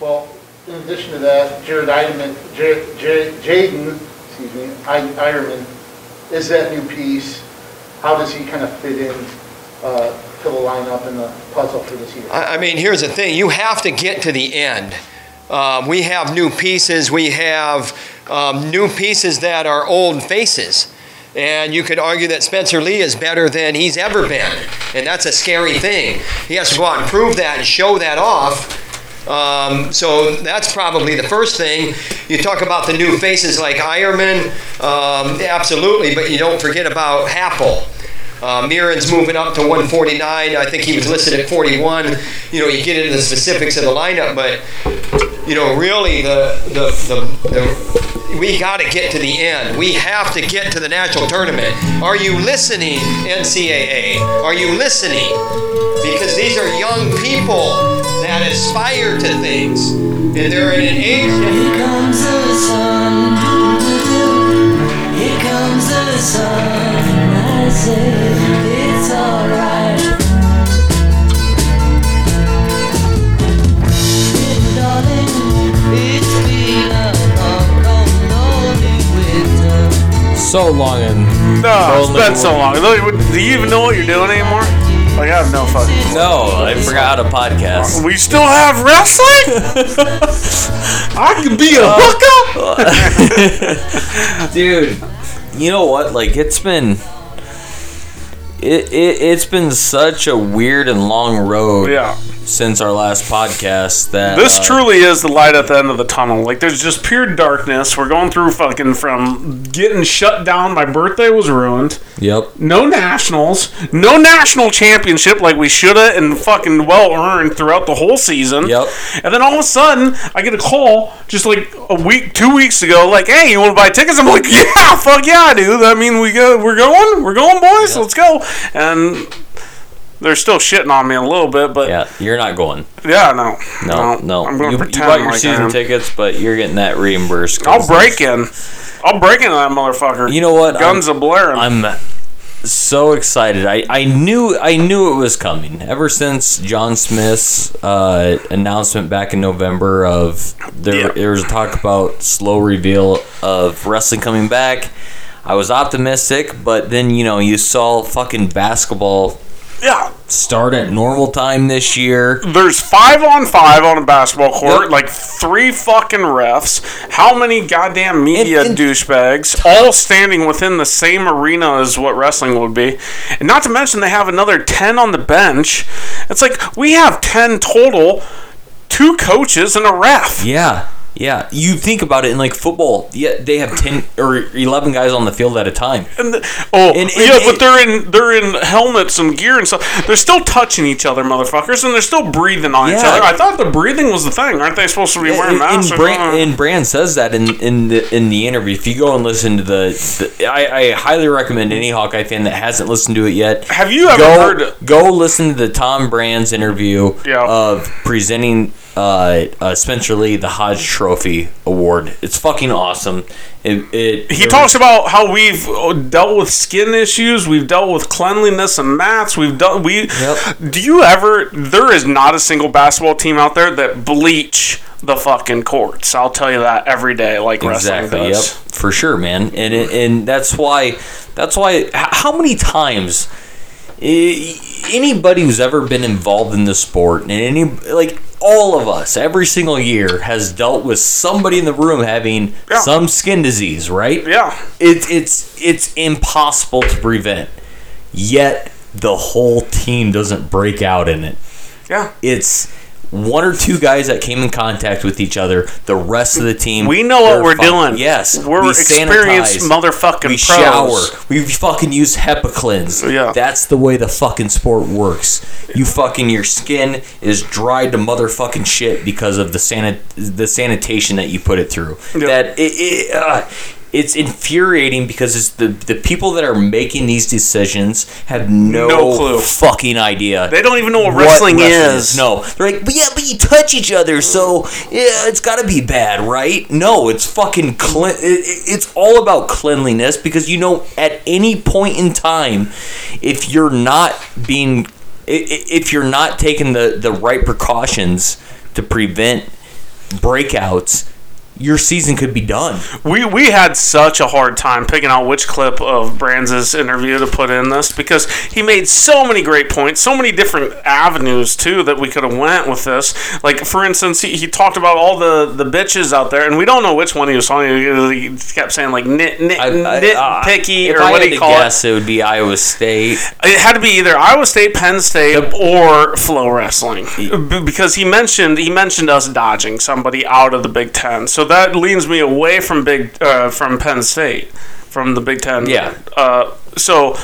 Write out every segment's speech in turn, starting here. Well, in addition to that, Jared Iderman, Jar- Jar- Jaden, excuse me, I- Ironman, is that new piece. How does he kind of fit in uh, to the lineup and the puzzle for this year? I, I mean, here's the thing you have to get to the end. Um, we have new pieces, we have um, new pieces that are old faces. And you could argue that Spencer Lee is better than he's ever been. And that's a scary thing. He has to go out and prove that and show that off. Um, so that's probably the first thing. You talk about the new faces like Ironman, um, absolutely, but you don't forget about Happel. Uh, Miron's moving up to 149. I think he was listed at 41. You know, you get into the specifics of the lineup, but you know, really, the the, the, the we got to get to the end. We have to get to the national tournament. Are you listening, NCAA? Are you listening? because these are young people that aspire to things and they're in an age Here comes the sun. Here comes the sun. I say it's alright. Darling, it's been a long, long, lonely winter. So long and No, it's Roll been the- so long. Do you even know what you're doing anymore? Like, I have no fucking. no, I forgot how to podcast. We still have wrestling? I could be a hooker? Dude, you know what? Like it's been it, it it's been such a weird and long road Yeah. since our last podcast that This uh, truly is the light at the end of the tunnel. Like, there's just pure darkness. We're going through fucking from getting shut down. My birthday was ruined. Yep. No nationals. No national championship like we should have and fucking well earned throughout the whole season. Yep. And then all of a sudden, I get a call just like a week, two weeks ago, like, "Hey, you want to buy tickets?" I'm like, "Yeah, fuck yeah, I do." I mean, we go, we're going, we're going, boys. Let's go. And they're still shitting on me a little bit, but yeah, Yeah, you're not going. no, No, no. I'm gonna You, you pretend bought your like I season am. tickets, but you're getting that reimbursed. 'cause I'll break in. I'll break into that motherfucker. You know what? Guns I'm- a blaring. I'm so excited. I, I knew I knew it was coming ever since John Smith's uh, announcement back in November of there Yeah. there was talk about slow reveal of wrestling coming back. I was optimistic, but then you know you saw fucking basketball yeah. start at normal time this year. There's five on five on a basketball court, Yep. like three fucking refs. How many goddamn media And- and- douchebags all standing within the same arena as what wrestling would be? And not to mention, they have another 10 on the bench. It's like we have 10 total, two coaches and a ref. Yeah. Yeah, you think about it in like football. Yeah, they have ten or eleven guys on the field at a time. And the, oh, And- and- yeah, but and- they're in they're in helmets and gear and stuff. They're still touching each other, motherfuckers, and they're still breathing on each Yeah. other. I thought the breathing was the thing. Aren't they supposed to be wearing And- masks? And or Brand, something? and Brand says that in in the in the interview. If you go and listen to the, the I, I highly recommend any Hawkeye fan that hasn't listened to it yet. Have you ever go, heard? Go listen to the Tom Brand's interview Yeah. of presenting uh, uh, Spencer Lee the Hodge Trophy Award. It's fucking awesome. It, it He talks about how we've uh, dealt with skin issues, we've dealt with cleanliness and mats, we've dealt we. Yep. Do you ever? There is not a single basketball team out there that bleach the fucking courts. I'll tell you that every day, like wrestling Exactly. Yep. does. For sure, man. And it- and that's why that's why h- how many times eh, anybody who's ever been involved in the sport and any like all of us every single year has dealt with somebody in the room having Yeah. some skin disease, right? Yeah. It's it's it's impossible to prevent. Yet the whole team doesn't break out in it Yeah. it's one or two guys that came in contact with each other. The rest of the team, We know what they're we're fine. doing. Yes, We're we experienced sanitize. motherfucking We pros. shower. We fucking use HEPA cleanse. Yeah. that's the way the fucking sport works. You fucking your skin is dried to motherfucking shit because of the sanit the sanitation that you put it through. That it. it uh, it's infuriating because it's the the people that are making these decisions have no, No clue. fucking idea They don't even know what, what wrestling, is. No, they're like, but yeah, but you touch each other, so yeah, it's got to be bad, right? No, it's fucking clean. It, it- it's all about cleanliness because you know, at any point in time, if you're not being, i- i- if you're not taking the the right precautions to prevent breakouts, your season could be done. we we had such a hard time picking out which clip of Brands' interview to put in this because he made so many great points, so many different avenues too that we could have went with this. Like for instance, he, he talked about all the the bitches out there, and we don't know which one he was talking. about. He kept saying like nit nit I- I- uh, nitpicky if or I what had do you to call guess, it? would be Iowa State. it. It had to be either Iowa State, Penn State, or Flow Wrestling B- because he mentioned he mentioned us dodging somebody out of the Big Ten, so that leans me away from Big uh, from Penn State from the Big Ten. Yeah. Uh, so,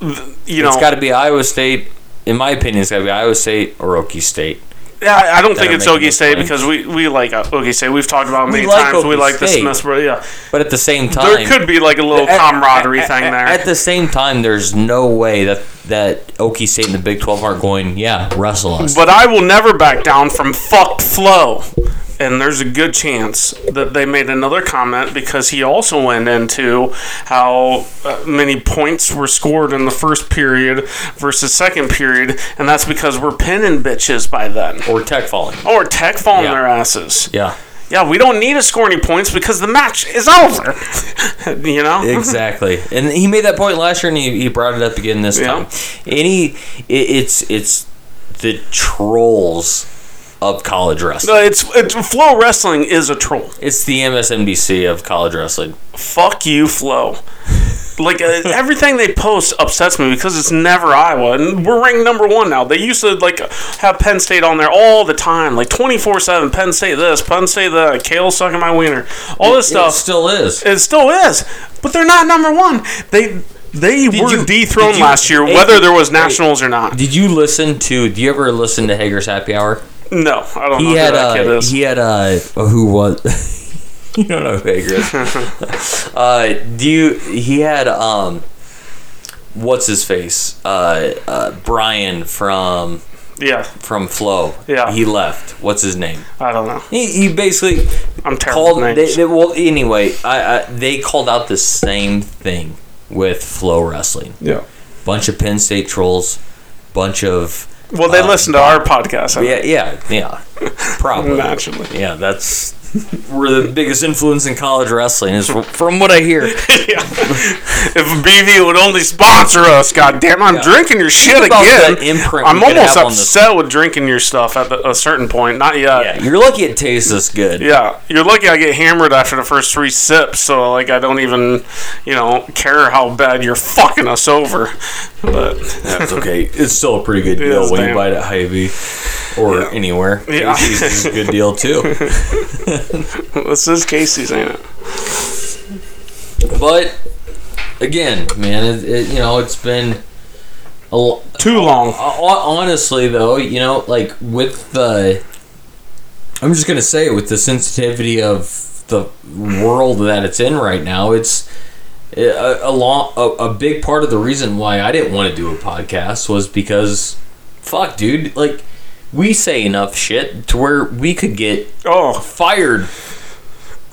th- you know, It's got to be Iowa State. In my opinion, it's got to be Iowa State or Okie State. yeah, I I don't think are it's making Okie those State claims. because we, we like uh, Okie State. We've talked about it We many like times. we Okie like the State. Smithsboro. Yeah. But at the same time, There could be like a little At- camaraderie at- thing at- there. At the same time, there's no way that that Okie State and the Big Twelve aren't going. Yeah, wrestle us. But I will never back down from fucked flow. And there's a good chance that they made another comment because he also went into how uh, many points were scored in the first period versus second period, and that's because we're pinning bitches by then. or Tech falling. Or tech falling Yeah. their asses. Yeah, Yeah, we don't need to score any points because the match is over. you know? exactly. and he made that point last year, and he, he brought it up again this Yeah. time. Any, it, it's it's the trolls of college No, wrestling. Uh, it's, it's flow wrestling is a troll. It's the MSNBC of college wrestling. fuck you, Flo. Like uh, everything they post upsets me because it's never Iowa, and we're ranked number one now. They used to like have Penn State on there all the time, like twenty four seven. Penn State this, Penn State that. Kale sucking my wiener, all this It stuff. still is. It still is, but they're not number one. They they were you- dethroned did you- last year, hey, whether there was hey. nationals or not. Did you listen to? Do you ever listen to Hager's Happy Hour? No, I don't know he who had that kid uh, is. he had uh, who was you don't know who Hager is. uh, do you? He had um, what's his face? Uh, uh, Brian from yeah, from Flow. Yeah. he left. What's his name? I don't know. He, he basically I'm terrible. called. at They, names. they, well, anyway, I, I they called out the same thing with Flow Wrestling. yeah. Bunch of Penn State trolls. Bunch of Well, they uh, listen to our podcast. I yeah, yeah, yeah. Probably. Naturally. Yeah, that's we're the biggest influence in college wrestling is from what I hear. Yeah. if BV would only sponsor us, goddamn, I'm drinking your shit about again. that imprint we I'm could almost have on this. upset with drinking your stuff at the, a certain point. Not yet. Yeah, Yeah. you're lucky it tastes this good. you're lucky I get hammered after the first three sips, so like I don't even, you know, care how bad you're fucking us over. But That's okay. It's still a pretty good It deal is, when damn. you buy it at Hy-Vee or anywhere. Yeah. Casey's is a good deal too. this is Casey's, ain't it? But again, man, it, it, you know it's been a l- Too long. Uh, Hon- honestly though you know like with the i'm just gonna say it with the sensitivity of the world that it's in right now it's a, a, long, a, a big part of the reason why i didn't want to do a podcast was because fuck dude like we say enough shit to where we could get Oh, fired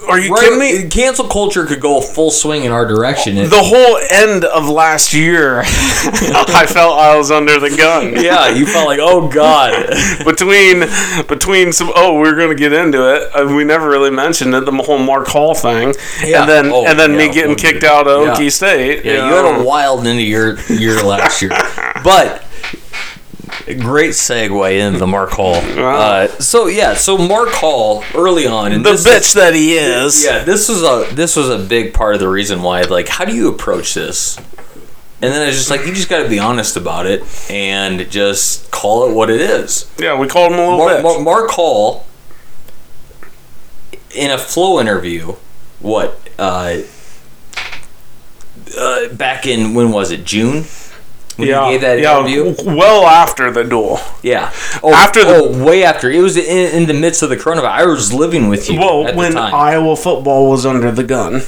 are you right kidding me? cancel culture could go full swing in our direction It- The whole end of last year, I felt I was under the gun. yeah you felt like oh god between between some oh we are gonna get into it uh, we never really mentioned it the whole Mark Hall thing Yeah. and then Oh, and then me yeah, getting one kicked year. out of Yeah. Okie State Yeah, you had a wild end of your year last year, but great segue into the Mark Hall. Uh, so yeah, so Mark Hall early on, and the this bitch that he is Is, yeah, this was a this was a big part of the reason why. Like, how do you approach this? And then I was just like, you just got to be honest about it and just call it what it is. yeah we called him a little Mar- bit Mar- Mark Hall, in a flow interview, what, uh, uh, back in, when was it, June? When yeah he gave that yeah interview? w- well after the duel Yeah. Oh, After the- oh, way after. It was in, in the midst of the coronavirus. I was living with you well at when the time. Iowa football was under the gun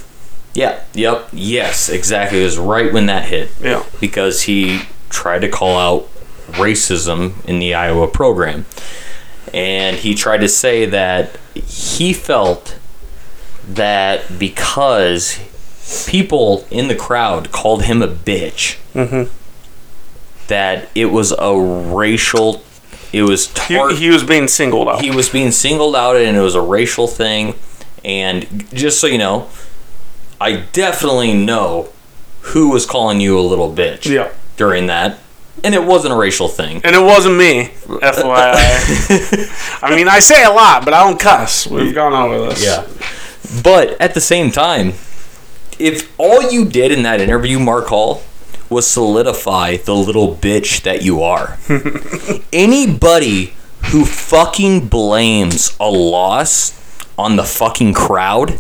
yeah, yep, yes, exactly. It was right when that hit. yeah because he tried to call out racism in the Iowa program. And he tried to say that he felt that because people in the crowd called Mm-hmm. him a bitch, that it was a racial It was He, tar- he was being singled out. he was being singled out and it was a racial thing and just so you know i definitely know who was calling you a little bitch Yeah. during that and it wasn't a racial thing and it wasn't me, FYI. I mean, I say a lot, but I don't cuss. We've gone over this. yeah but at the same time if all you did in that interview mark hall was solidify the little bitch that you are anybody who fucking blames a loss on the fucking crowd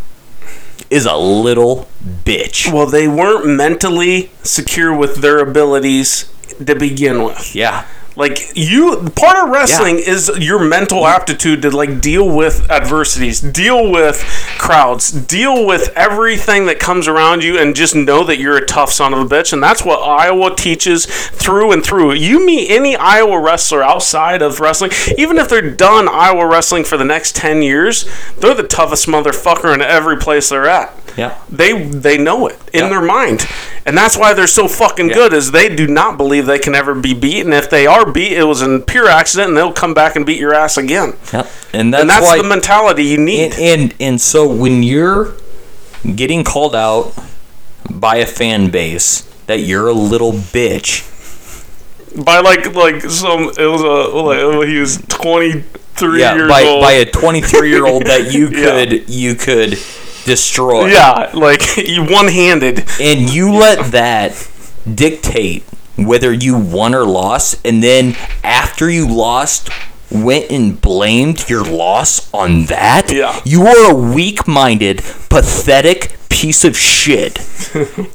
is a little bitch Well, they weren't mentally secure with their abilities to begin with. Yeah. Like you, part of wrestling is your mental aptitude to like deal with adversities, deal with crowds, deal with everything that comes around you, and just know that you're a tough son of a bitch. And that's what Iowa teaches through and through. You meet any Iowa wrestler outside of wrestling, even if they're done Iowa wrestling for the next ten years, they're the toughest motherfucker in every place they're at. Yeah. They they know it in Yeah. their mind. And that's why they're so fucking good is they do not believe they can ever be beat and if they are beat it was a pure accident and they'll come back and beat your ass again. Yep. And that's, and that's why, the mentality you need. and, and and so when you're getting called out by a fan base that you're a little bitch. by like like some it was a like, oh, he was 23 Yeah, years by, old. by a 23 year old that you Yeah. could you could destroy. yeah, like one-handed. And you let that dictate whether you won or lost and then after you lost went and blamed your loss on that Yeah. you are a weak-minded pathetic piece of shit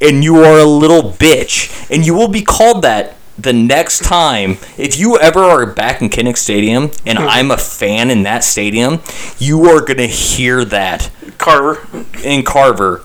and you are a little bitch and you will be called that the next time if you ever are back in Kinnick Stadium and I'm a fan in that stadium you are going to hear that Carver. in Carver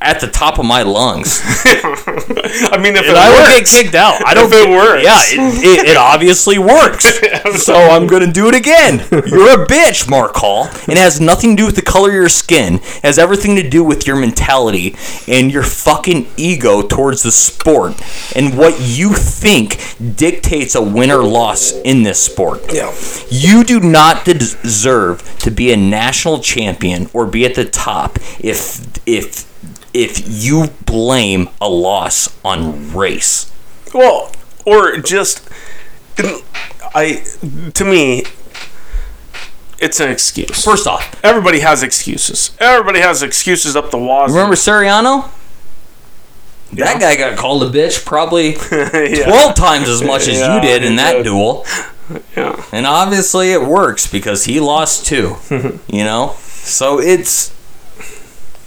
at the top of my lungs I mean if it and I would get works, kicked out. I don't If it get- works. Yeah, it, it, it obviously works. so I'm gonna do it again. You're a bitch, Mark Hall, and it has nothing to do with the color of your skin. It has everything to do with your mentality and your fucking ego towards the sport and what you think dictates a win or loss in this sport. Yeah. You do not de- deserve to be a national champion or be at the top if if if you blame a loss on race. Well, or just I to me it's an excuse. First off, Everybody has excuses. Everybody has excuses up the walls. remember Seriano? That guy got called a bitch probably 12 times as much as Yeah, you did in he that did. duel. Yeah. And obviously it works because he lost too, you know? So it's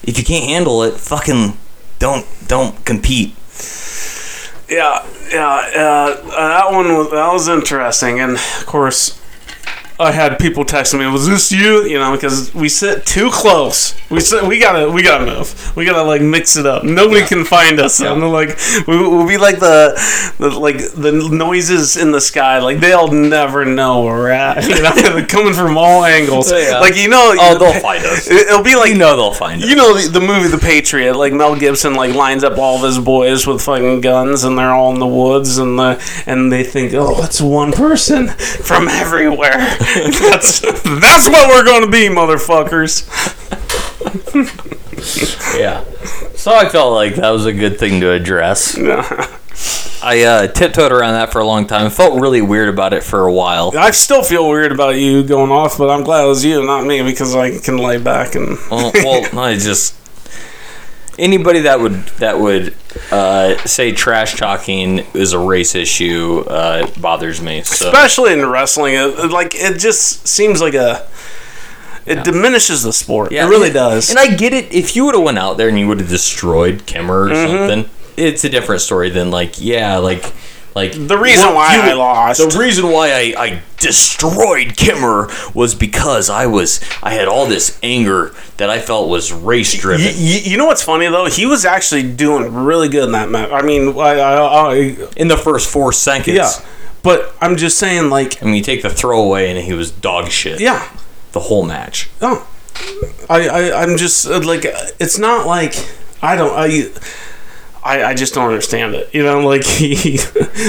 if you can't handle it, fucking don't don't compete. Yeah, yeah, uh, that one was that was interesting, and of course, I had people texting me, "Was this you?" You know, because we sit too close. We sit, we gotta we gotta move. We gotta like mix it up. Nobody can find us. And they're like we, we'll be like the, the like the noises in the sky. Like they'll never know where we're at. You know, they're coming from all angles. Yeah. Like you know, Oh, they'll find us. it- It'll be like You know they'll find you it. know the, the movie The Patriot, like Mel Gibson, like lines up all of his boys with fucking guns, and they're all in the woods, and the and they think, oh, it's one person from everywhere. that's that's what we're gonna be, motherfuckers. Yeah. So I felt like that was a good thing to address. I uh, tiptoed around that for a long time. Felt really weird about it for a while. I still feel weird about you going off, but I'm glad it was you, not me, because I can lay back and well, Oh, well, I just anybody that would that would uh, say trash talking is a race issue uh, bothers me. So especially in wrestling, it, it- like it just seems like a. It diminishes the sport. Yeah, it really and- does. And I get it. If you would have went out there and you would have destroyed Kimmer or Mm-hmm. something, it's a different story than like yeah, like like the reason what why you- I lost. The reason why I, I destroyed Kimmer was because I was I had all this anger that I felt was race driven. You, you know what's funny though? He was actually doing really good in that match. I mean, I, I, I in the first four seconds. yeah, but I'm just saying, like, I mean, you take the throwaway and he was dog shit. yeah, oh. The whole match. no, I, I, I'm just uh, like, uh, it's not like I don't, I, I, I just don't understand it. You know, like he,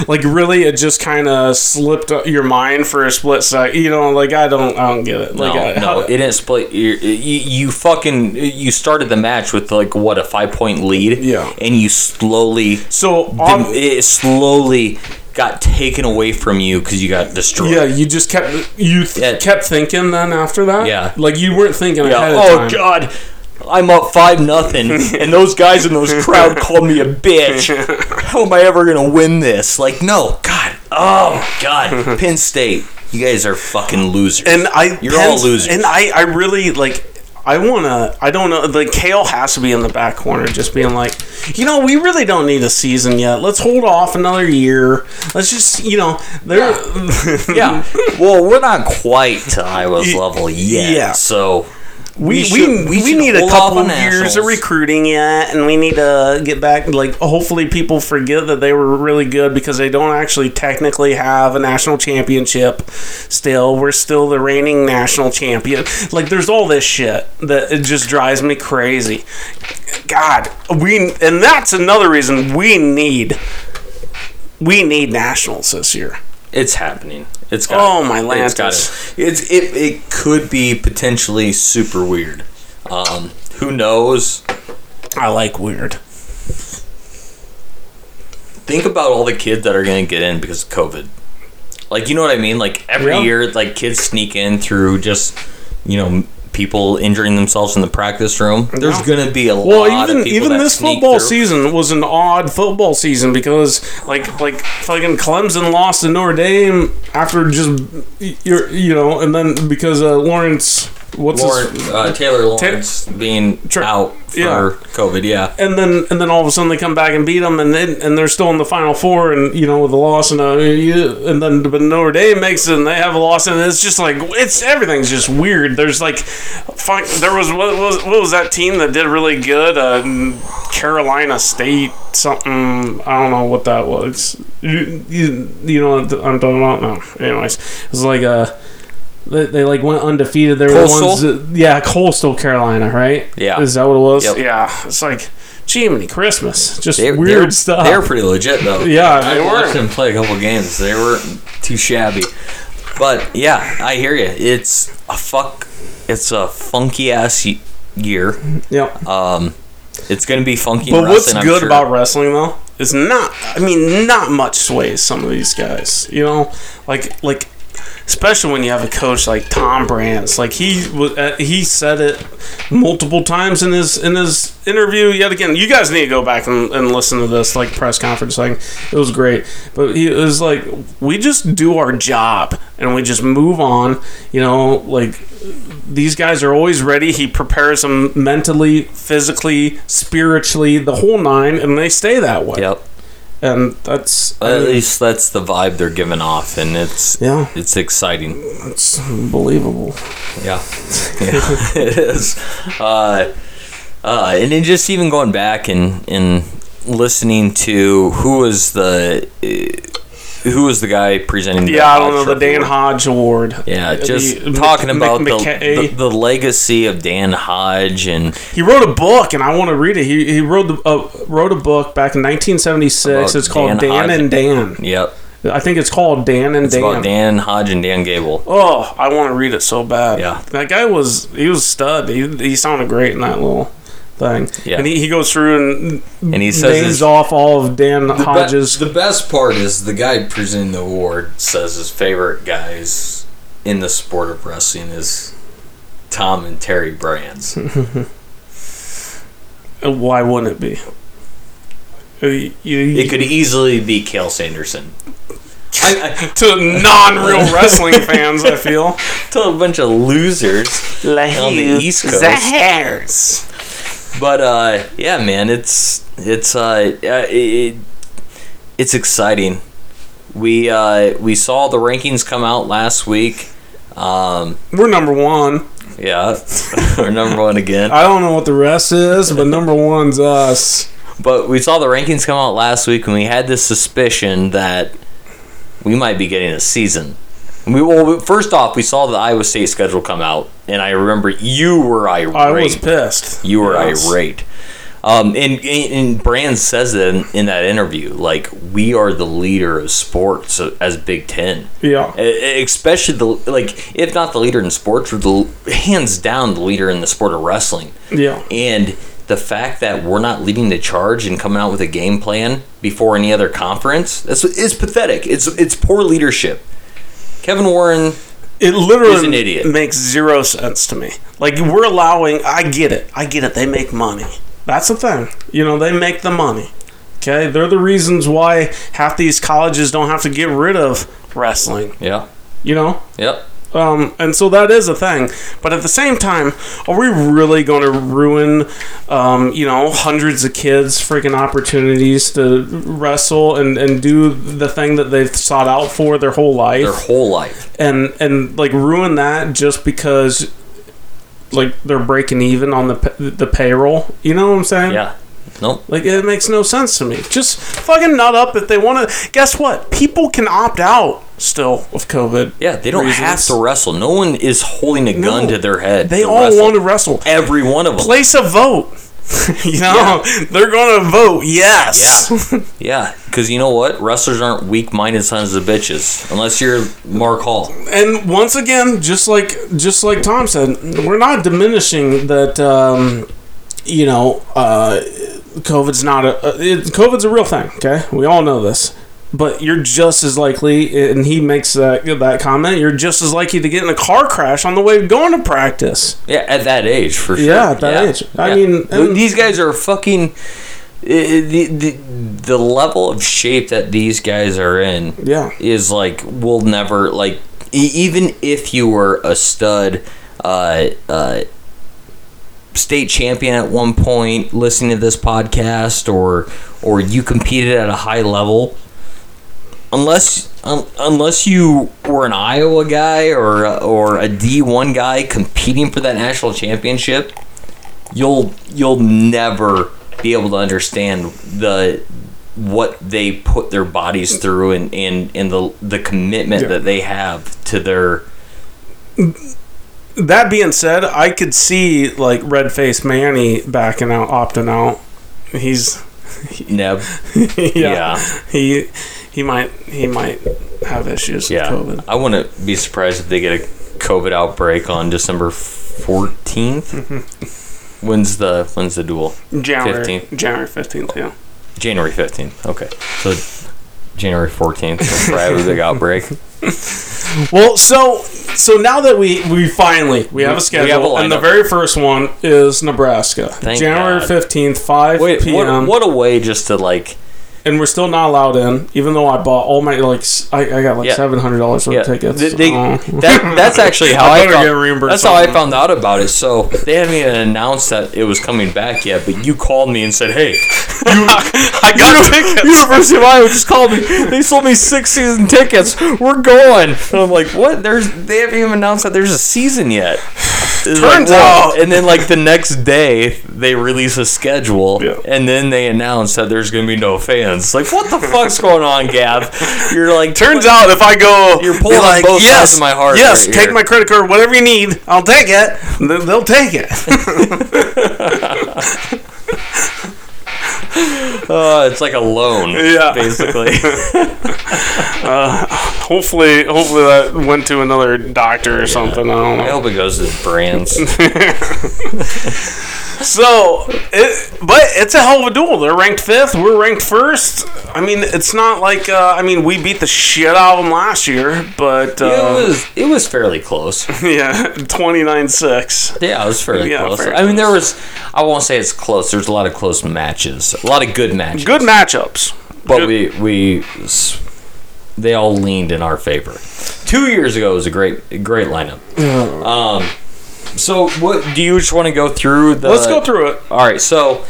like really, it just kind of slipped up your mind for a split second. You know, like I don't, I don't get it. Like, uh, no, I, no, it didn't split. You, you, you fucking you started the match with like what a five point lead. Yeah. Um, and you slowly so then ob- it slowly got taken away from you because you got destroyed. yeah, you just kept you th- Yeah. kept thinking then after that. Yeah. like you weren't thinking Yeah, ahead of Oh time. God, I'm up five nothing, and those guys in those crowd called me a bitch. How am I ever gonna win this? Like, no, God, oh God, Penn State, you guys are fucking losers. And I You're all losers. And I, I really like. I wanna. I don't know. Like Kale has to be in the back corner, just being like, you know, we really don't need a season yet. Let's hold off another year. Let's just, you know, there. yeah, well, we're not quite to Iowa's level yet. yeah. so we, should- we, we, should need a hold off couple on years nationals. of recruiting yet, and we need to get back. Like, hopefully, people forget that they were really good because they don't actually technically have a national championship. Still, we're still the reigning national champion. Like, there's all this shit that it just drives me crazy. God, we and that's another reason we need we need nationals this year. It's happening. It's got. Oh, my It's got lantus. it. It's it. It could be potentially super weird. Um, who knows? I like weird. Think about all the kids that are gonna get in because of COVID. Like you know what I mean? Like every Yeah. year, like kids sneak in through just you know people injuring themselves in the practice room. There's gonna be a Well, lot even of people even that this sneak football through. season was an odd football season because like like fucking Clemson lost to Notre Dame after just you you know, and then because uh, Lawrence what's Lauren, his, uh, Taylor Lawrence being Sure. out for Yeah. COVID. Yeah, and then and then all of a sudden they come back and beat them and then and they're still in the final four and you know with a loss and uh, you- and then but Notre Dame makes it and they have a loss and it's just like it's everything's just weird. There's like, fuck, there was what was what was that team that did really good? Uh, Carolina State something. I don't know what that was. You, you, you know what I'm talking about? No. Anyways, it was like a. They, they like went undefeated. They were the Coastal? ones, that, yeah, Coastal Carolina, right? Yeah. is that what it was? Yep. Yeah, it's like, gee, many Christmas, just They- weird they're- stuff. They're pretty legit though. Yeah, I they watched were. them play a couple games. They weren't too shabby. But yeah, I hear you. It's a fuck. It's a funky ass y- year. yep. Um, it's gonna be funky. in but what's wrestling, I'm good sure. about wrestling though is not. I mean, not much sways some of these guys. You know, like like especially when you have a coach like Tom Brands. Like he was, uh, he said it multiple times in his in his interview. Yet again, you guys need to go back and, and listen to this like press conference thing. It was great, but he was like, we just do our job and we just move on. You know, like these guys are always ready. He prepares them mentally, physically, spiritually, the whole nine, and they stay that way. Yep. And that's At least that's the vibe they're giving off, and it's Yeah. it's exciting. it's unbelievable. Yeah, yeah it is. Uh, uh, and then just even going back and and listening to who was the uh, who was the guy presenting? the Yeah, I don't Hodge know the Dan Award? Hodge Award. Yeah, The- just Mc- talking Mc- about the, McKay. the the legacy of Dan Hodge and He wrote a book, and I want to read it. He, he wrote the uh, wrote a book back in 1976. About It's called Dan Dan, Hodge. and Dan. yep, I think it's called Dan and it's Dan. about Dan Hodge and Dan Gable. Oh, I want to read it so bad. Yeah. that guy was he was a stud. He, he sounded great in that little thing. Yeah. and he, he goes through and And he says names his- off all of Dan The be- Hodges. the best part is the guy presenting the award says his favorite guys in the sport of wrestling is Tom and Terry Brands. Why wouldn't it be? Uh, You, it could easily be Kale Sanderson. I, to non-real wrestling fans, I feel. I told a bunch of losers on the East Coast. hairs. but uh, yeah, man, it's it's uh, uh, it, it's exciting. We uh, we saw the rankings come out last week. Um, We're number one. yeah, we're number one again. I don't know what the rest is, but number one's us. But we saw the rankings come out last week, and we had this suspicion that we might be getting a season. We well, first off, we saw the Iowa State schedule come out, and I remember you were irate. I was pissed. You were Yes. irate. Um, and, and and Brand says that in, in that interview, like we are the leader of sports uh, as Big Ten. Yeah. E- especially the like, if not the leader in sports, we're the hands down the leader in the sport of wrestling. Yeah. And the fact that we're not leading the charge and coming out with a game plan before any other conference, that's it's pathetic. It's it's poor leadership. Kevin Warren It literally He's an idiot. makes zero sense to me. Like we're allowing. I get it. I get it. They make money. That's the thing. You know, they make the money. Okay, they're the reasons why half these colleges don't have to get rid of wrestling. Yeah. You know, Yep. um, and so that is a thing. But at the same time, are we really going to ruin, um, you know, hundreds of kids' freaking opportunities to wrestle and, and do the thing that they've sought out for their whole life? Their whole life. and and like ruin that just because like they're breaking even on the p- the payroll. You know what I'm saying? Yeah. Nope. Like it makes no sense to me. Just fucking nut up if they want to. Guess what? People can opt out still of COVID. Yeah, they don't have reasons. to wrestle. No one is holding a gun to their head. They to all wrestle. want to wrestle. Every one of them. Place a vote. you know, they're going to vote yes. Yeah, because you know what? Wrestlers aren't weak-minded sons of bitches, unless you're Mark Hall. and once again, just like just like Tom said, we're not diminishing that. Um, you know, uh, COVID's not a uh, it, COVID's a real thing. Okay, we all know this. But you're just as likely, and he makes that that comment. You're just as likely to get in a car crash on the way going to practice. Yeah, at that age, for sure. Yeah, at that age. I mean, and- these guys are fucking. i- i- The, the, the level of shape that these guys are in Yeah. is like we'll never like e- even if you were a stud uh, uh, state champion at one point listening to this podcast or or you competed at a high level unless un, unless you were an Iowa guy or a- or a D1 guy competing for that national championship, you'll you'll never be able to understand the what they put their bodies through and and, and the the commitment Yeah. that they have to their that being said, I could see like red faced Manny backing out, opting out. He's neb. yeah, Yeah. he he might he might have issues Yeah, with COVID. I wouldn't be surprised if they get a COVID outbreak on December 14th When's the when's the duel? January 15th. January fifteenth. Yeah, January 15th. Okay. So January 14th, is probably a big outbreak. Well, so so now that we we finally we have a schedule, have a and the lineup. very first one is Nebraska, Thank January God. fifteenth, five Wait, p.m. what, what a way just to like, And we're still not allowed in, even though I bought all my like s- I, I got like Yeah. seven hundred dollars worth yeah, of tickets. they- they- Oh. that, that's actually how I I, better found, get reimbursed that's how I something. found out about it. So they haven't even announced that it was coming back yet, but you called me and said, "Hey, I got tickets. University of Iowa just called me. They sold me six season tickets. We're going." And I'm like, "What? There's they haven't even announced that there's a season yet." It's like, Turns whoa. out- and then like the next day they release a schedule, Yeah. and then they announce that there's gonna be no fans. It's Like, what the fuck's going on, Gav? You're like, Turns out if I go, You're pulling be on both sides of my heart Yes, right take here." my credit card, whatever you need, I'll take it. and then They'll take it. Uh, it's like a loan, Yeah. basically. hopefully, hopefully that went to another doctor or something. I don't I know. hope it goes to brands. So, it, but it's a hell of a duel. They're ranked fifth. We're ranked first. I mean, it's not like uh, I mean we beat the shit out of them last year, it but uh, was it was fairly close. yeah, twenty nine six. Yeah, it was fairly Yeah, close. fairly I mean, there was. I won't say it's close. There's a lot of close matches, a lot of good matches. Good matchups. but we we s- they all leaned in our favor. Two years ago was a great great lineup. Um, so what do you just want to go through? The, Let's go through it. All right, so.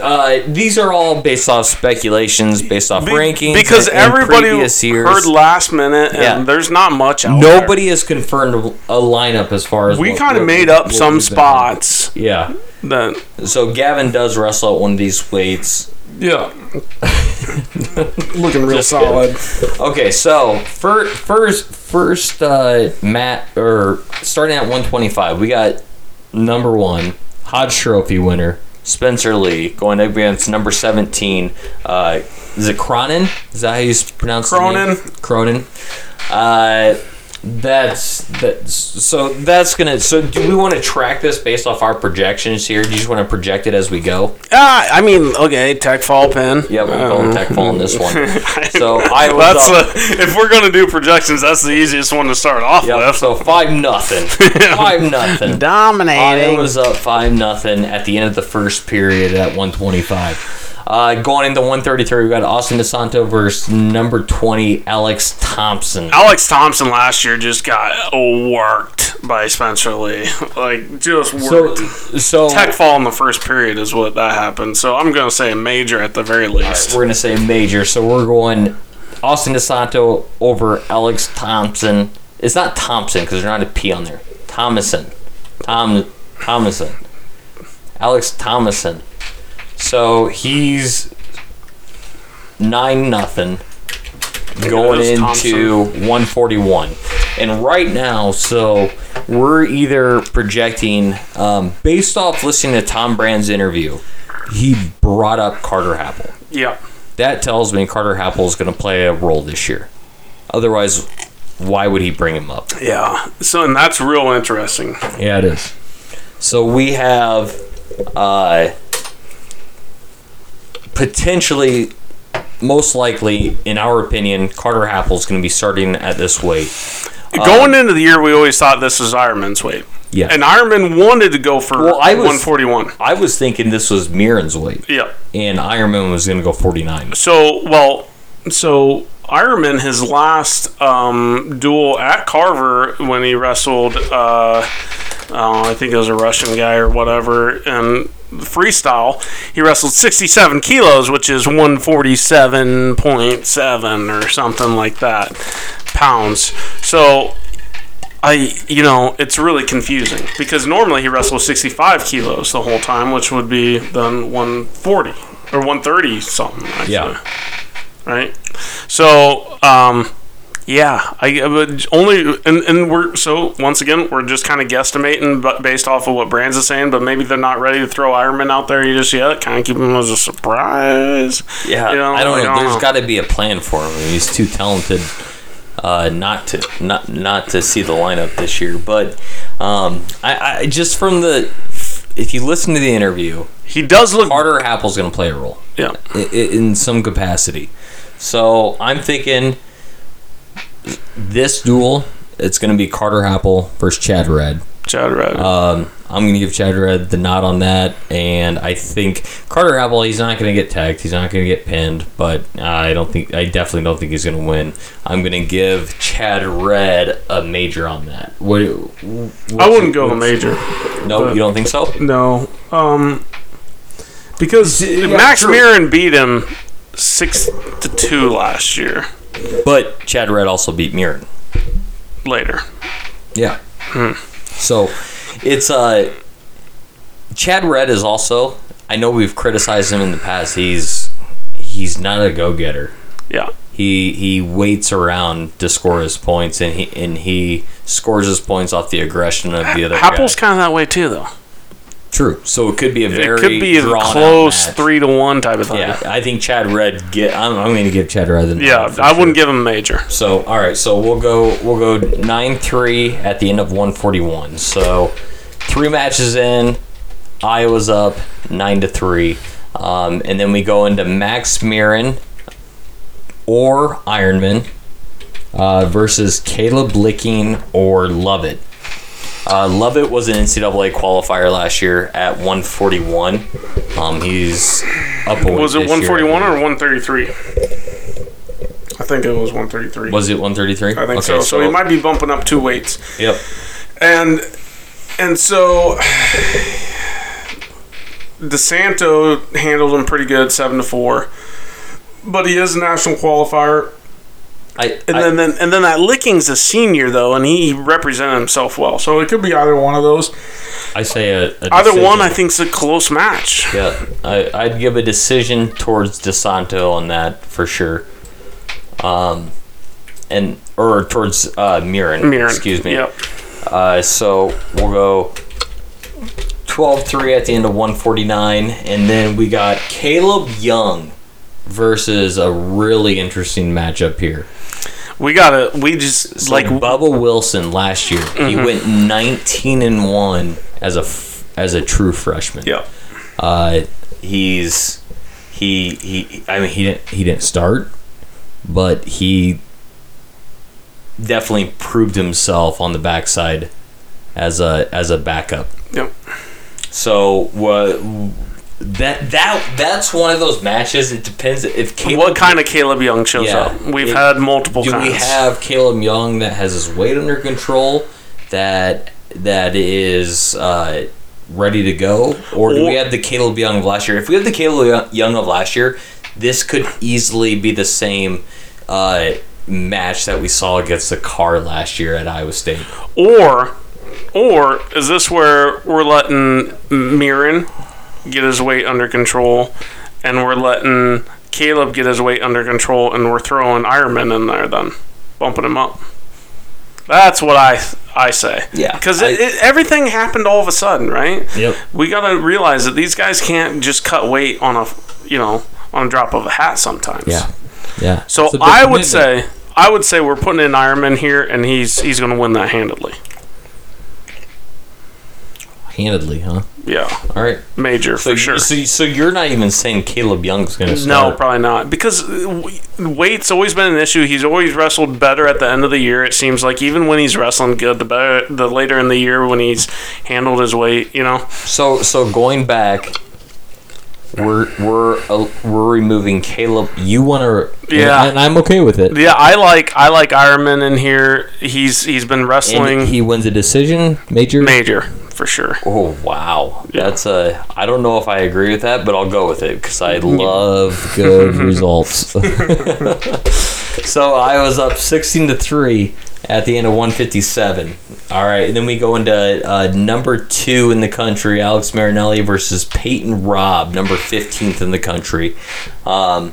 Uh, these are all based off speculations, based off Be- rankings, because and- and everybody previous years. heard last minute, and Yeah. there's not much out Oh, there. Nobody has confirmed a lineup as far as We what- kind of what- made up what some we've been- spots Yeah. that So Gavin does wrestle at one of these weights. yeah, looking real Just solid. Okay, so fir- first, first uh, Matt or starting at 125, we got number one Hodge Trophy winner Spencer Lee going up against number 17. Uh, is it Cronin? Is that how you s- pronounce his name? Cronin. Uh, that's that's so that's gonna so do we want to track this based off our projections here? Do you just want to project it as we go? Ah, I mean, okay, tech fall pen. Yeah, we're going tech fall on this one. So I was uh, That's up- a, if we're gonna do projections, that's the easiest one to start off Yep, with. so five nothing. Five nothing. Dominating. Iowa Uh, was up five nothing at the end of the first period at 125. Uh, going into 133, we got Austin DeSanto versus number 20 Alex Thompson. Alex Thompson last year just got worked by Spencer Lee. Like just So, worked. so tech fall in the first period is what that happened. So I'm gonna say a major at the very least. we're gonna say major. So we're going Austin DeSanto over Alex Thompson. It's not Thompson because there's not a P on there. Thomason, Tom Thomason, Alex Thomason. So he's nine nothing going those into Thompson. 141, and right now, so we're either projecting um, based off listening to Tom Brand's interview. He brought up Carter Happel yeah. that tells me Carter Happel is going to play a role this year. Otherwise, why would he bring him up? Yeah. So and that's real interesting. Yeah, it is. So we have uh, potentially, most likely, in our opinion, Carter Happel is going to be starting at this weight. Going into the year, we always thought this was Ironman's weight. Uh, Yeah. And Ironman wanted to go for Well, I was- 141. I was thinking this was Miron's weight, Yeah. and Ironman was going to go 49. So, well, so Ironman, his last um, duel at Carver when he wrestled, uh, uh, I think it was a Russian guy or whatever, and freestyle, he wrestled 67 kilos, which is 147.7 or something like that pounds. So, I, you know, it's really confusing because normally he wrestles 65 kilos the whole time, which would be then 140 or 130 something. Actually Yeah. right? So, um, yeah, I I would only and, and we're so once again we're just kind of guesstimating, but based off of what brands is saying, but maybe they're not ready to throw Ironman out there just yet. Kind of keep him as a surprise. You I don't like, um, know. There's got to be a plan for him. He's too talented uh, not to not not to see the lineup this year. But um, I, I just from the if you listen to the interview, he does look Carter Apple's going to play a role Yeah, i- i- in some capacity. So I'm thinking this duel, it's going to be Carter Apple versus Chad Red. Chad Red. Um, I'm going to give Chad Red the nod on that, and I think Carter Apple. He's not going to get tagged. He's not going to get pinned, but I don't think. I definitely don't think he's going to win. I'm going to give Chad Red a major on that. What? I wouldn't go to major. No, you don't think so? No, um, because Max true. Mirren beat him six to two last year. But Chad Red also beat Mirren. Later, Yeah. Hmm. So it's uh Chad Red is also I know we've criticized him in the past. He's he's not a go getter. yeah. He he waits around to score his points and he and he scores his points off the aggression of the other Apple's guy. kind of that way too, though. True. So it could be a very it could be a drawn-out close match. three to one type of thing. Yeah, Yeah, I think Chad Red get I'm, I'm going to give Chad Red the nod for I sure. wouldn't give him a major. So all right, so we'll go we'll go nine three at the end of one forty one. So three matches in, Iowa's up nine to three, um, and then we go into Max Mirren or Ironman uh, versus Caleb Licking or Lovett. Uh, Lovett was an NCAA qualifier last year at 141. Um, he's up. a weight Was it this year, I one forty one believe. or one thirty three? I think it was one thirty three. was it 133? I think so. So he might be bumping up two weights. Yep. and and so DeSanto handled him pretty good, seven to four. But he is a national qualifier, I, and I- then, then and then that Licking's a senior though, and he represented himself well. So it could be either one of those. I say a, a Either decision. one, I think's a close match. Yeah, I, I'd give a decision towards DeSanto on that for sure. Um, and or towards uh, Mirren, Mirren, Uh, Excuse me. Yep. Uh, so we'll go 12 3 at the end of 149. And then we got Caleb Young versus a really interesting matchup here. We gotta. We just It's like like Mm-hmm. Bubba Wilson last year. He went 19 and 1 as a f- as a true freshman. yeah. Uh, he's he he. I mean, he didn't he didn't start, but he definitely proved himself on the backside as a as a backup. Yep. So what? That that that's one of those matches. It depends if Caleb, What kind of Caleb Young shows Yeah. up? We've It- had multiple. do kinds. we have Caleb Young that has his weight under control that that is uh, ready to go, or do we Or- have the Caleb Young of last year? If we have the Caleb Young of last year, this could easily be the same uh, match that we saw against the car last year at Iowa State. Or, or is this where we're letting Miran get his weight under control, and we're letting Caleb get his weight under control, and we're throwing Ironman in there, then bumping him up. That's what I I say. Yeah, because I- it, it, everything happened all of a sudden, right? Yep. We gotta realize that these guys can't just cut weight on a you know on a drop of a hat sometimes. yeah. So It's a big I would commitment. say I would say we're putting in Ironman here, and he's he's going to win that handedly. handedly, huh? Yeah, All right. major So, for sure. so, so you're not even saying Caleb Young's going to start. no, probably not because uh, w- weight's always been an issue. He's always wrestled better at the end of the year. It seems like even when he's wrestling good, the better the later in the year when he's handled his weight, you know. So so going back, we're we're uh, we're removing Caleb. You want to? Yeah. and I'm okay with it. Yeah, I like I like Ironman in here. He's he's been wrestling And he wins a decision, major. major for sure. Oh wow, that's a. I don't know if I agree with that, but I'll go with it because I love good results. so I was up sixteen to three at the end of one fifty seven. All right, and then we go into uh, number two in the country, Alex Marinelli versus Peyton Robb, number fifteenth in the country. Um,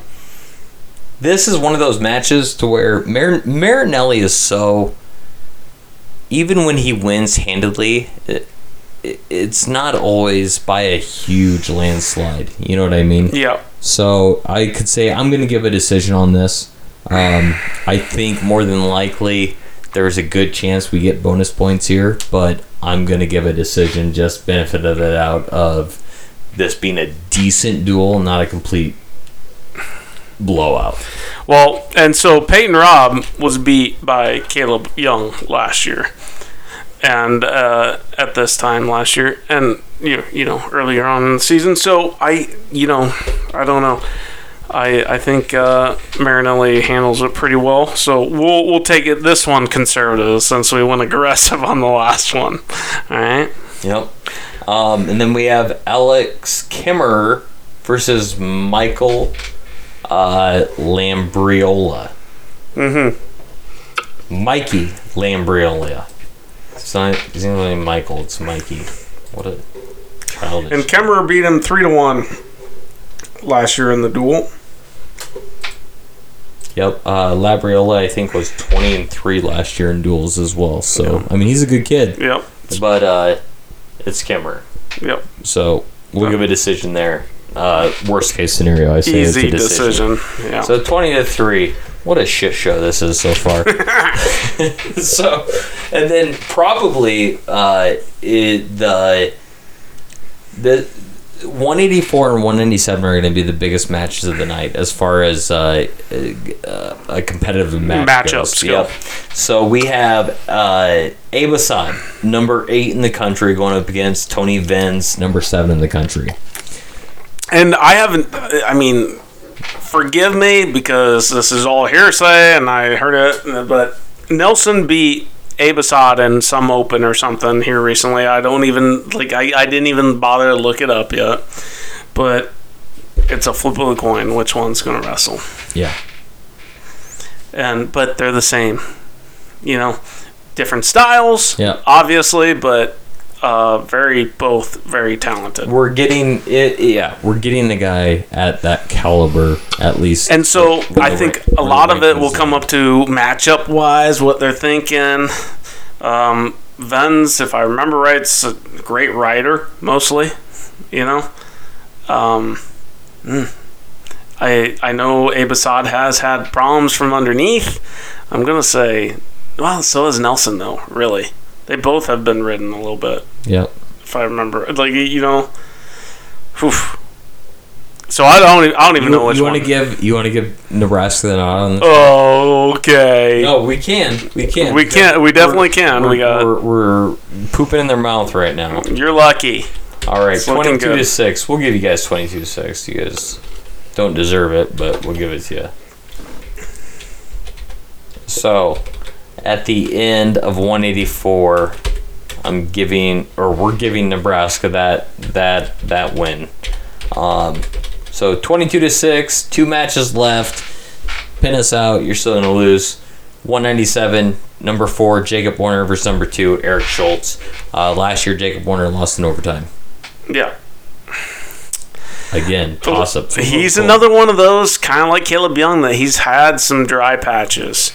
this is one of those matches to where Mar- Marinelli is so. Even when he wins handedly, it, it- it's not always by a huge landslide. You know what I mean? Yeah, So I could say I'm going to give a decision on this. Um, I think more than likely there's a good chance we get bonus points here, but I'm going to give a decision just benefit of the doubt of this being a decent duel, not a complete blowout. Well, and so Peyton Robb was beat by Caleb Young last year, and uh, at this time last year, and you you know earlier on in the season. So I you know I don't know. I I think uh, Marinelli handles it pretty well. So we'll we'll take it this one conservative since we went aggressive on the last one. All right. Yep. Um, and then we have Alex Kimmer versus Michael uh, Lambriola. Mm-hmm. Mikey Lambriola. It's not, it's not really Michael, it's Mikey. What a childish. And Kemmerer beat him three to one last year in the duel. yep. Uh, Labriola, I think, was 20 and 3 last year in duels as well. So, I mean, he's a good kid. Yep. But uh, it's Kimmer. Yep. So, we'll give a decision there. Uh, worst case scenario, I say Easy it's a decision. decision. Yeah. So twenty to three. What a shit show this is so far. so, and then probably uh, it, the the one eighty four and one ninety seven are going to be the biggest matches of the night as far as uh, uh, a competitive match Matchups, goes. Yep. So we have uh, Abasad, number eight in the country, going up against Tony Vens, number seven in the country. And I haven't. I mean, forgive me because this is all hearsay, and I heard it. But Nelson beat Abasad in some open or something here recently. I don't even like. I, I didn't even bother to look it up yet. But it's a flip of the coin. Which one's gonna wrestle? Yeah. And but they're the same. You know, different styles. Yeah. Obviously, but uh, very both very talented. we're getting it yeah we're getting the guy at that caliber at least And so Where I the think rank- a where lot the of it will rankings come up to matchup wise, what they're thinking. Um, Vens, if I remember right, is a great writer mostly. You know, um, mm. I I know Abasad has had problems from underneath. I'm gonna say, well, so has Nelson though. Really, they both have been ridden a little bit Yeah. if I remember. Like you know, oof. So I don't. e- I don't even know You, which want one. to give you want to give Nebraska the nod on this? Oh, okay. No, we can. We can. We can't- we definitely can. We We're- got- We're, we're pooping in their mouth right now. You're lucky. All right, It's looking twenty-two to good. six. We'll give you guys twenty-two to six. You guys don't deserve it, but we'll give it to you. So, at the end of one eighty-four, I'm giving or we're giving Nebraska that that that win. Um, so twenty-two to six, two matches left. Pin us out. You're still gonna lose. 197, number four, Jacob Warner versus number two, Eric Schultz. Uh, last year, Jacob Warner lost in overtime. Yeah. Again, toss up. He's another one of those kind of like Caleb Young that he's had some dry patches,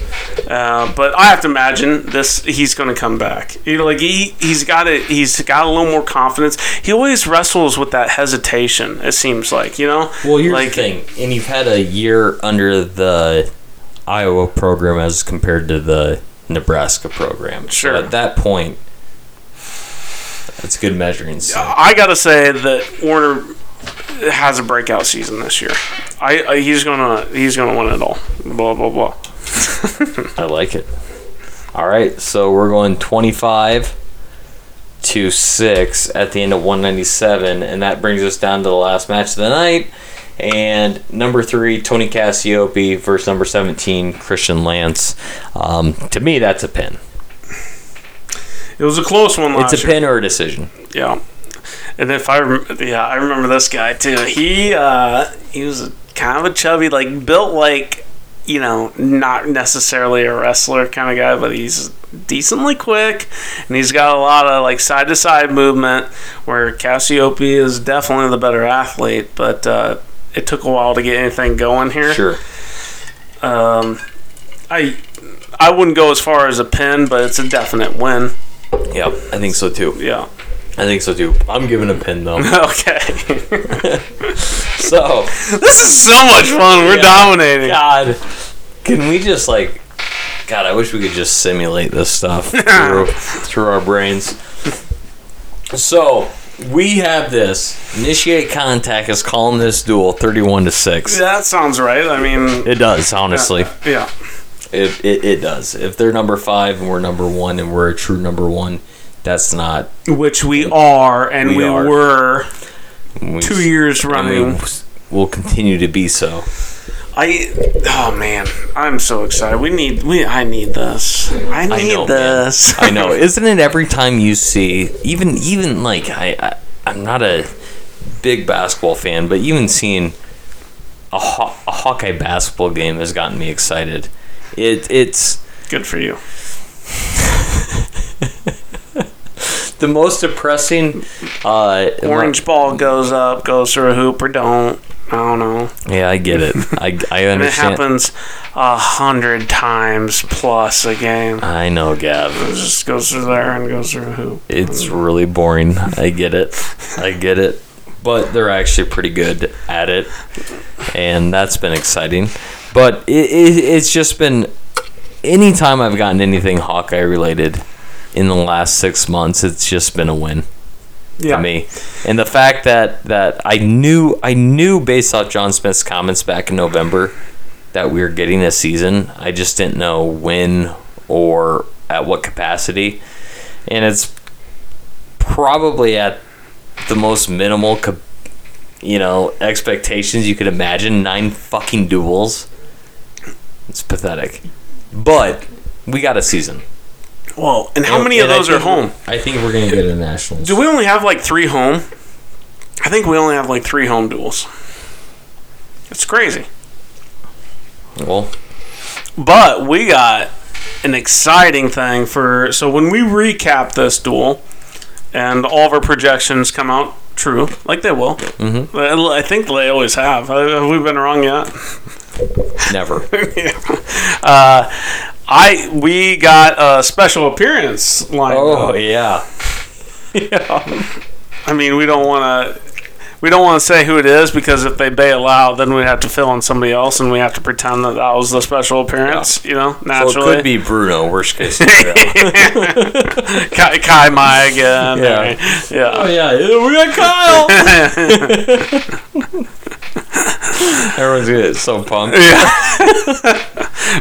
uh, but I have to imagine this he's going to come back. You know, like he he's got it. He's got a little more confidence. He always wrestles with that hesitation. It seems like you know. Well, here's like, the thing, and you've had a year under the Iowa program as compared to the Nebraska program. Sure. So at that point, that's good measuring. stick. I gotta say that Warner has a breakout season this year. I, I he's gonna he's gonna win it all. Blah blah blah. I like it. All right, so we're going 25 to 6 at the end of 197, and that brings us down to the last match of the night. And number three, Tony Cassiope versus number 17, Christian Lance. Um, to me, that's a pin. It was a close one last It's a year. pin or a decision. Yeah. And if I rem- yeah I remember this guy too. He uh, he was a, kind of a chubby like built like you know not necessarily a wrestler kind of guy, but he's decently quick and he's got a lot of like side to side movement. Where Cassiope is definitely the better athlete, but uh, it took a while to get anything going here. Sure. Um, I I wouldn't go as far as a pin, but it's a definite win. Yeah, I think so too. Yeah. I think so too. I'm giving a pin though. Okay. so, This is so much fun. We're Yeah. dominating. God, can we just like, God, I wish we could just simulate this stuff through, through our brains. So we have this initiate contact is calling this duel thirty-one to six. That sounds right. I mean, It does honestly. yeah. It, it it does. If they're number five and we're number one and we're a true number one, that's not Which we are, and We we, are. were we- two years and we running. will continue to be so. I, oh man, I'm so excited. We need, we, I need this. I need know, man. this. I know. Isn't it every time you see even even like I, I I'm not a big basketball fan, but even seeing a, Haw- a Hawkeye basketball game has gotten me excited. It it's Good for you. the most depressing uh, Orange ball goes up, goes through a hoop or don't. I don't know. Yeah, I get it. I I And it understand. happens a hundred times plus a game. I know, Gav. It just goes through there and goes through a hoop. It's really boring. I get it. I get it. But they're actually pretty good at it, and that's been exciting. But it, it, it's just been anytime I've gotten anything Hawkeye related in the last six months, it's just been a win Yeah. to me. And the fact that that I knew I knew based off John Smith's comments back in November that we were getting this season. I just didn't know when or at what capacity. And it's probably at the most minimal cap- you know expectations you could imagine nine fucking duels it's pathetic but we got a season Well, and how many of And I those are think- home? i think we're gonna get a nationals Do we only have like three home? I think we only have like three home duels. It's crazy. well But we got an exciting thing for. So when we recap this duel and all of our projections come out true, like they will, mm-hmm. I I think they always have. Uh, Have we been wrong yet? never uh, I we got a special appearance lined Oh up. yeah. I mean, we don't want to. We don't want to say who it is because if they bail out, then we have to fill in somebody else, and we have to pretend that that was the special appearance. You know, So naturally. it could be Bruno. Worst case scenario. Kai, Kai Mai again. Yeah. or- Oh, yeah. yeah, we got Kyle. Everyone's gonna get so pumped.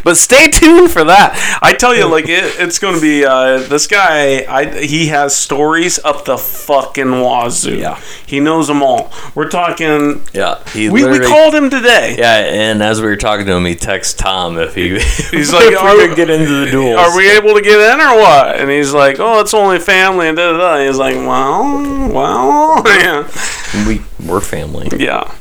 But stay tuned for that. I tell you, like it, it's going to be uh, this guy. I he has stories up the fucking wazoo. Yeah. He knows them all. We're talking. Yeah, he We, we literally- called him today. Yeah, and as we were talking to him, he texts Tom if he. He's like, if "Are we we- could get into the duels. Are we able to get in or what? And he's like, oh, it's only family and da da da. He's like, well, well, yeah. we? We're family. Yeah.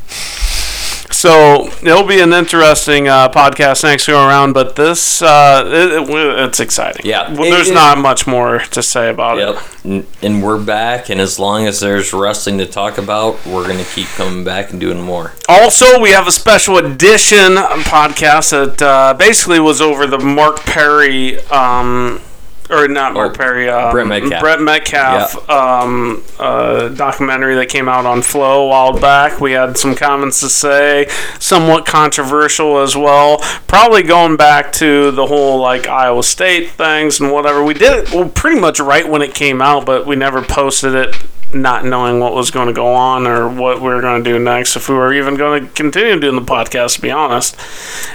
So it'll be an interesting uh, podcast next go around, but this uh, it, it- it's exciting. Yeah. well, there's It- it- not much more to say about Yep. it. N- And we're back, and as long as there's wrestling to talk about, we're gonna keep coming back and doing more. Also, we have a special edition podcast that uh, basically was over the Mark Perry, um, or not Or Mark Perry, um, Brett Metcalf. Brett Metcalf um, uh, documentary that came out on Flow a while back. We had some comments to say, somewhat controversial as well. Probably going back to the whole like Iowa State things and whatever. We did it well, pretty much right when it came out, but we never posted it. Not knowing what was going to go on or what we were going to do next, if we were even going to continue doing the podcast, to be honest.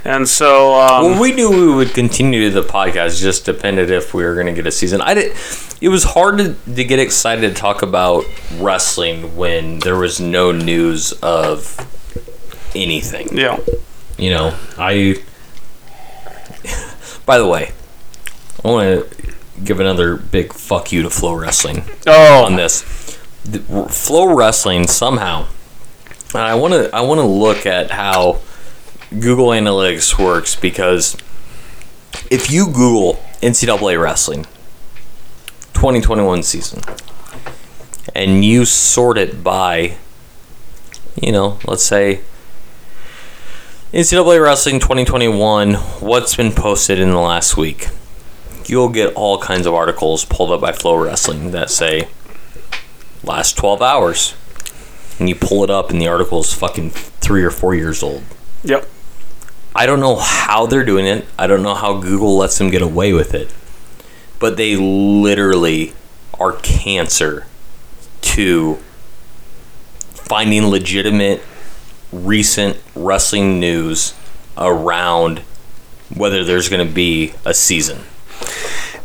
And so, um, Well, we knew we would continue the podcast. Just depended if we were going to get a season. I did. It was hard to, to get excited to talk about wrestling when there was no news of anything. yeah. You know, I. By the way, I want to give another big fuck you to Flow Wrestling Oh, on this. The, flow wrestling somehow. And I want to I want to look at how Google Analytics works because if you Google NCAA wrestling 2021 season and you sort it by you know, let's say NCAA wrestling 2021 what's been posted in the last week. You'll get all kinds of articles pulled up by Flow Wrestling that say last 12 hours. And you pull it up, and the article is fucking three or four years old. Yep. I don't know how they're doing it. I don't know how Google lets them get away with it. But they literally are cancer to finding legitimate recent wrestling news around whether there's going to be a season.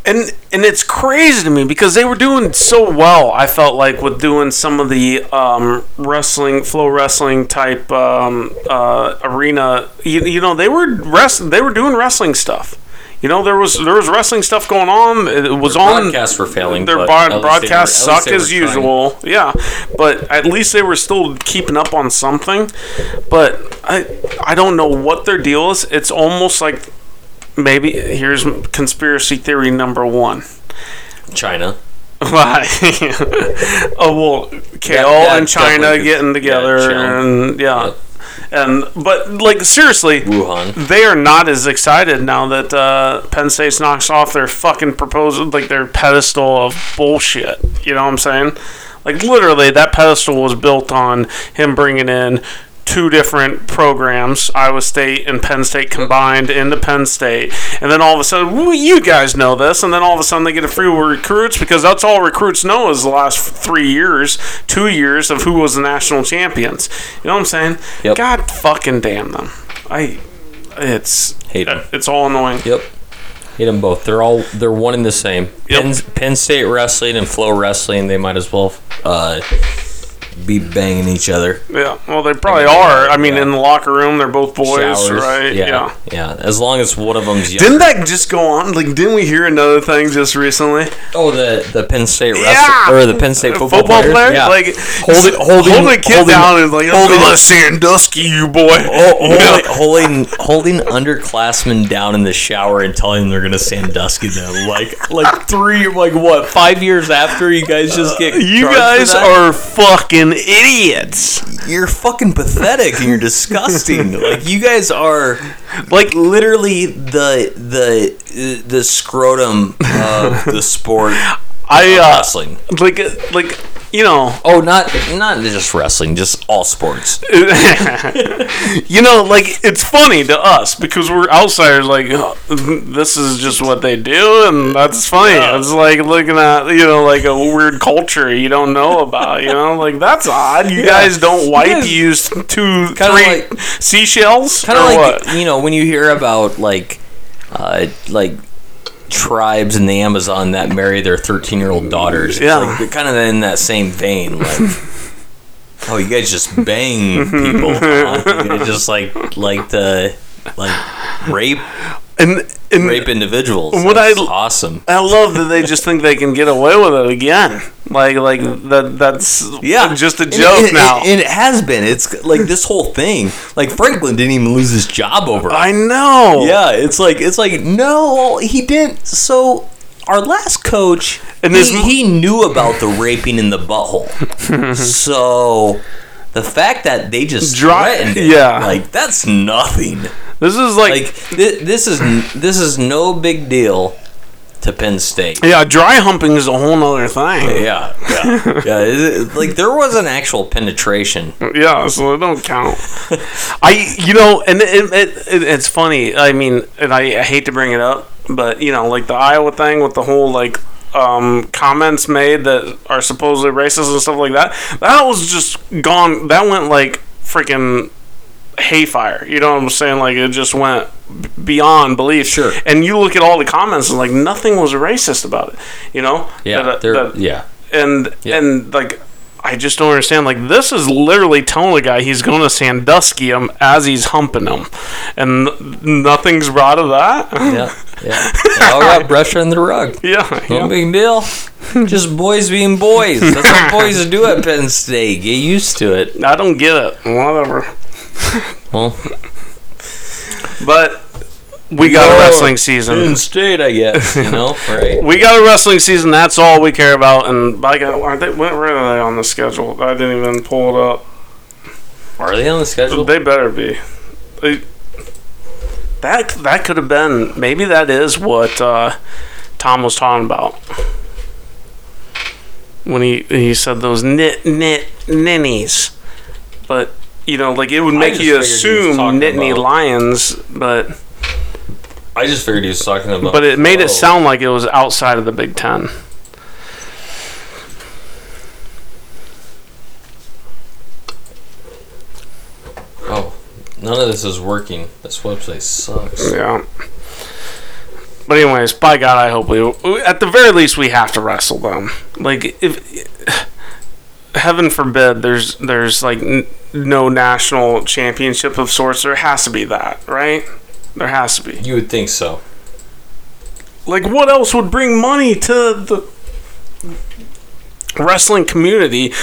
and and it's crazy to me because they were doing so well. I felt like with doing some of the um, wrestling, flow wrestling type um, uh, arena. You, you know, they were wrest- They were doing wrestling stuff. You know, there was there was wrestling stuff going on. It was on. broadcasts were failing, Um, Their but broad- at least they were- at broadcasts least suck they were as trying. usual. Yeah, but at least they were still keeping up on something. But I I don't know what their deal is. It's almost like maybe here's conspiracy theory number one. China. Why? oh well, KO that and China definitely- getting together, yeah, China. and yeah, and but like seriously, Wuhan. they are not as excited now that uh, Penn State's knocks off their fucking proposal, like their pedestal of bullshit. You know what I'm saying? Like literally, that pedestal was built on him bringing in two different programs, Iowa State and Penn State combined into Penn State, and then all of a sudden, well, you guys know this, and then all of a sudden they get a few recruits because that's all recruits know is the last three years, two years of who was the national champions. You know what I'm saying? Yep. God fucking damn them. I it's Hate 'em. it's all annoying. Yep. Hit them both. They're all they're one and the same. Yep. Penn, Penn State wrestling and Flow wrestling. They might as well uh, be banging each other. Yeah. Well, they probably are. I mean, in the locker room, they're both boys, Showers. right? Yeah, yeah. As long as one of them's younger. Didn't that just go on? Like, didn't we hear another thing just recently? oh, the the Penn State wrestler Yeah! or the Penn State football, Football player, Yeah. like Hold it- holding- hold a kid holding- down and like let's holding- go to Sandusky, you boy. Oh, hold- Yeah. holding holding underclassmen down in the shower and telling them they're gonna Sandusky them like like three like what five years after you guys just get You charged for guys that? are fucking fucking idiots. You're fucking pathetic and you're disgusting. like you guys are like literally the the uh, the scrotum of the sport I of uh, wrestling. like uh, like you know Oh, not not just wrestling, just all sports. you know like it's funny to us because we're outsiders. Like "Oh, this is just what they do, and that's funny. It's like looking at you know like a weird culture you don't know about. You know like that's odd. You guys don't wipe. guys- you use two, three Kinda like- seashells. Kind or of like what? you know when you hear about like uh, like tribes in the Amazon that marry their 13 year old daughters. It's Yeah. like, kind of in that same vein. Like, oh, you guys just bang people. huh? You're gonna just like like the like rape and and rape individuals. What That's I- awesome. I love that they just think they can get away with it again. Like like that that's Yeah, just a And- joke and- and- now. and it has been. It's like this whole thing. Like Franklin didn't even lose his job over. it. I know. Yeah, it's like it's like no, he didn't. So our last coach, And he, this m- he knew about the raping in the butthole. so the fact that they just Dry- threatened, it, yeah. like that's nothing. This is like, Like thi- this is this is no big deal to Penn State. yeah, dry humping is a whole nother thing. Yeah, yeah, yeah. it- like there was an actual penetration. Yeah, so it don't count. I you know, and it, it, it, it's funny. I mean, and I, I hate to bring it up, but you know, like the Iowa thing with the whole like um, comments made that are supposedly racist and stuff like that. That was just gone. That went like freaking hayfire. You know what I'm saying? Like it just went b- beyond belief. Sure. And you look at all the comments and like nothing was racist about it. You know? That- uh, that- yeah. and Yeah. and like I just don't understand. Like this is literally telling a guy he's going to Sandusky him as he's humping him, and n- nothing's brought of that. Yeah, yeah. All right, brush under the rug. yeah, No yeah. big deal. Just boys being boys. That's what boys do at Penn State. Get used to it. I don't get it. Whatever. Well, But we got a No. wrestling season. State, I guess. You know, right? We got a wrestling season. That's all we care about. And by God, are they, where where are they on the schedule? I didn't even pull it up. Are they on the schedule? They better be. They, that that could have been. Maybe that is what uh, Tom was talking about when he he said those nit nit ninnies. But you know, like it would make just figured you he was assume talking Nittany about- Lions, but I just figured he was talking about. but it made Oh. it sound like it was outside of the Big Ten. Oh, none of this is working. This website sucks. Yeah. But anyways, by God, I hope we. At the very least, we have to wrestle them. Like if heaven forbid, there's there's like n- no national championship of sorts. There has to be that, right? There has to be. You would think so. Like what else would bring money to the wrestling community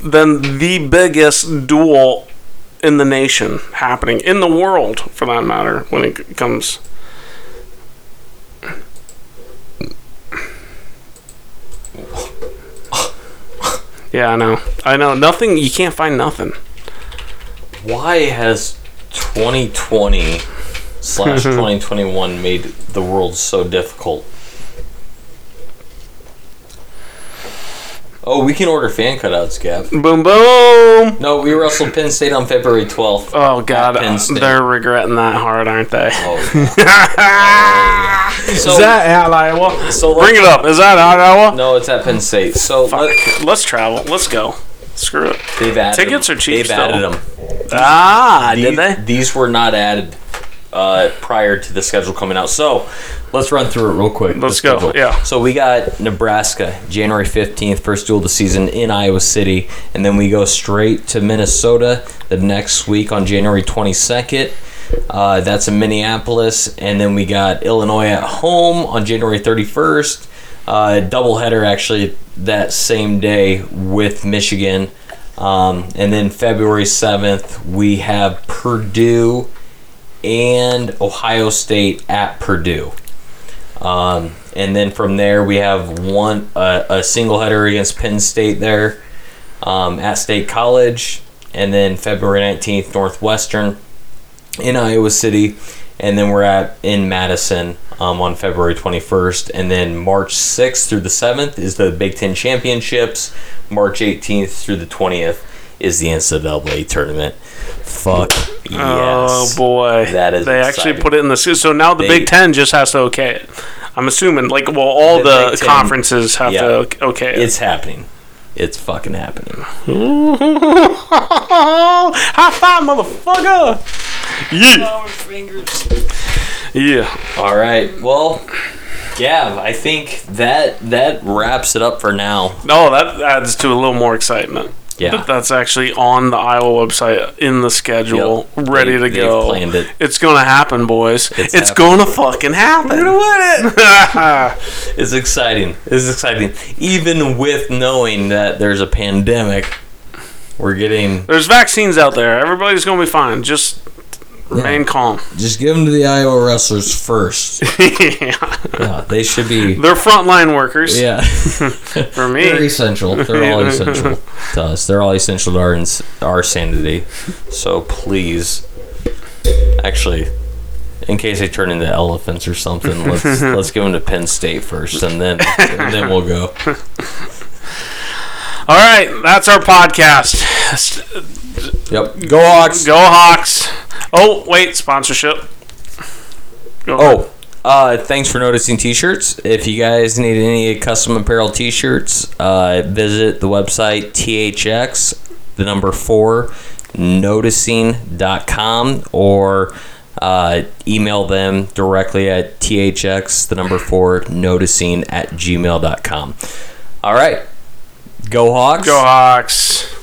than the biggest duel in the nation happening in the world, for that matter, when it c- comes. Yeah, I know. I know. Nothing. You can't find nothing. Why has 2020 slash 2021 made the world so difficult? Oh, we can order fan cutouts, Gab. Boom, boom. No, we wrestled Penn State on February 12th. Oh God, Penn State. they're regretting that hard, aren't they? Oh. so, Is that at Iowa? so let's- Bring it up. Is that at Iowa? No, it's at Penn State. So let, Let's travel. Let's go. Screw it. they've added Tickets them. are cheap They've still. added them. Ah, These- These were not added uh, prior to the schedule coming out. So let's run through it real quick. Let's the go, schedule. yeah. So we got Nebraska, January 15th, first duel of the season in Iowa City. And then we go straight to Minnesota the next week on January 22nd. Uh, that's in Minneapolis. And then we got Illinois at home on January 31st. Uh, doubleheader actually that same day with Michigan. Um, and then February 7th, we have Purdue and Ohio State at Purdue. Um, and then from there, we have one uh, a single header against Penn State there. um, at State College, and then February 19th, Northwestern in Iowa City, and then we're at in Madison um, on February 21st, and then March 6th through the 7th is the Big Ten Championships. March 18th through the 20th is the NCAA tournament. Fuck yes. Oh boy, that is They exciting. actually put it in the se- so now the They- Big Ten just has to okay it. I'm assuming like well, all The the, Big Ten- conferences have yeah. to ok- okay it. It's happening. It's fucking happening. High five, motherfucker! Yeah, yeah. All right. Well, Gav, I think that that wraps it up for now. No, Oh, that adds to a little more excitement. Yeah. That that's actually on the Iowa website in the schedule, Yep. ready They- to they've go. planned it. It's gonna happen, boys. It's It's, happening. gonna fucking happen. We're gonna win it. It's exciting. It's exciting. Even with knowing that there's a pandemic, we're getting There's vaccines out there. Everybody's gonna be fine. Just remain calm. just give them to the Iowa wrestlers first. yeah. yeah, they should be. They're frontline workers. Yeah, For they're me, essential. They're all essential to us. They're all essential to our ins- our sanity. So please, actually, in case they turn into elephants or something, let's let's give them to Penn State first, and then and then we'll go. all right, that's our podcast. Yep. Go Hawks! Go Hawks! Oh wait, sponsorship. Go Oh, uh, thanks for noticing t-shirts. If you guys need any custom apparel t-shirts, uh, visit the website THX, the number four, noticing.com or uh, email them directly at THX, the number four, noticing at gmail.com. All right. Go Hawks. Go Hawks!